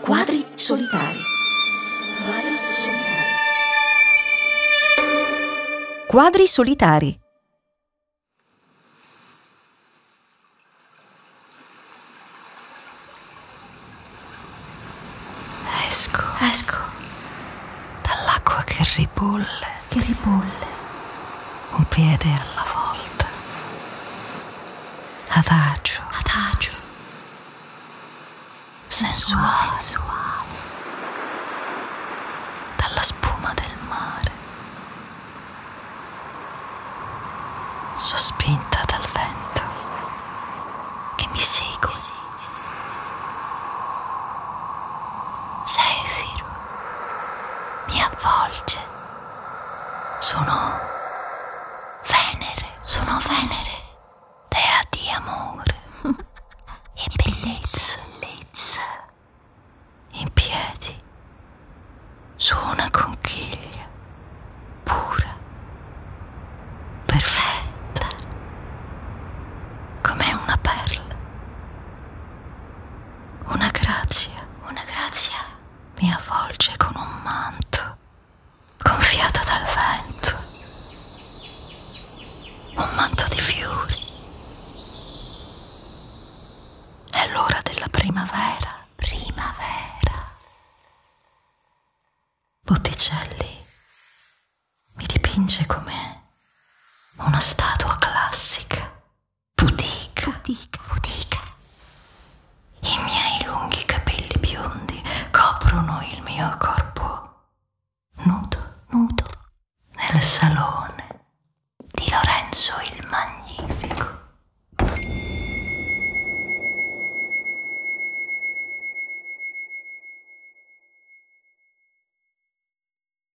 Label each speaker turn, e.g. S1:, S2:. S1: Quadri solitari. Quadri solitari.
S2: Quadri solitari.
S3: Esco.
S1: Esco.
S3: Dall'acqua che ribolle.
S1: Che ribolle.
S3: Un piede alla volta. Adagio.
S1: Adagio.
S3: Sensuale. sensuale. Dalla spuma del mare. Sospinta dal vento che mi segue. Zefiro mi avvolge. Sono Venere,
S1: sono Venere,
S3: dea di amore e bellezza.
S1: bellezza.
S3: In piedi, su una conchiglia, pura, perfetta, come una perla, una grazia.
S1: Una grazia.
S3: mi avvolge con un manto gonfiato dal vento, un manto di fiori. È l'ora della primavera, primavera. Botticelli mi dipinge come una statua classica, pudica,
S1: Pudica. Pudica.
S3: i miei lunghi capelli biondi coprono il mio corpo nudo,
S1: Nudo.
S3: nel salone.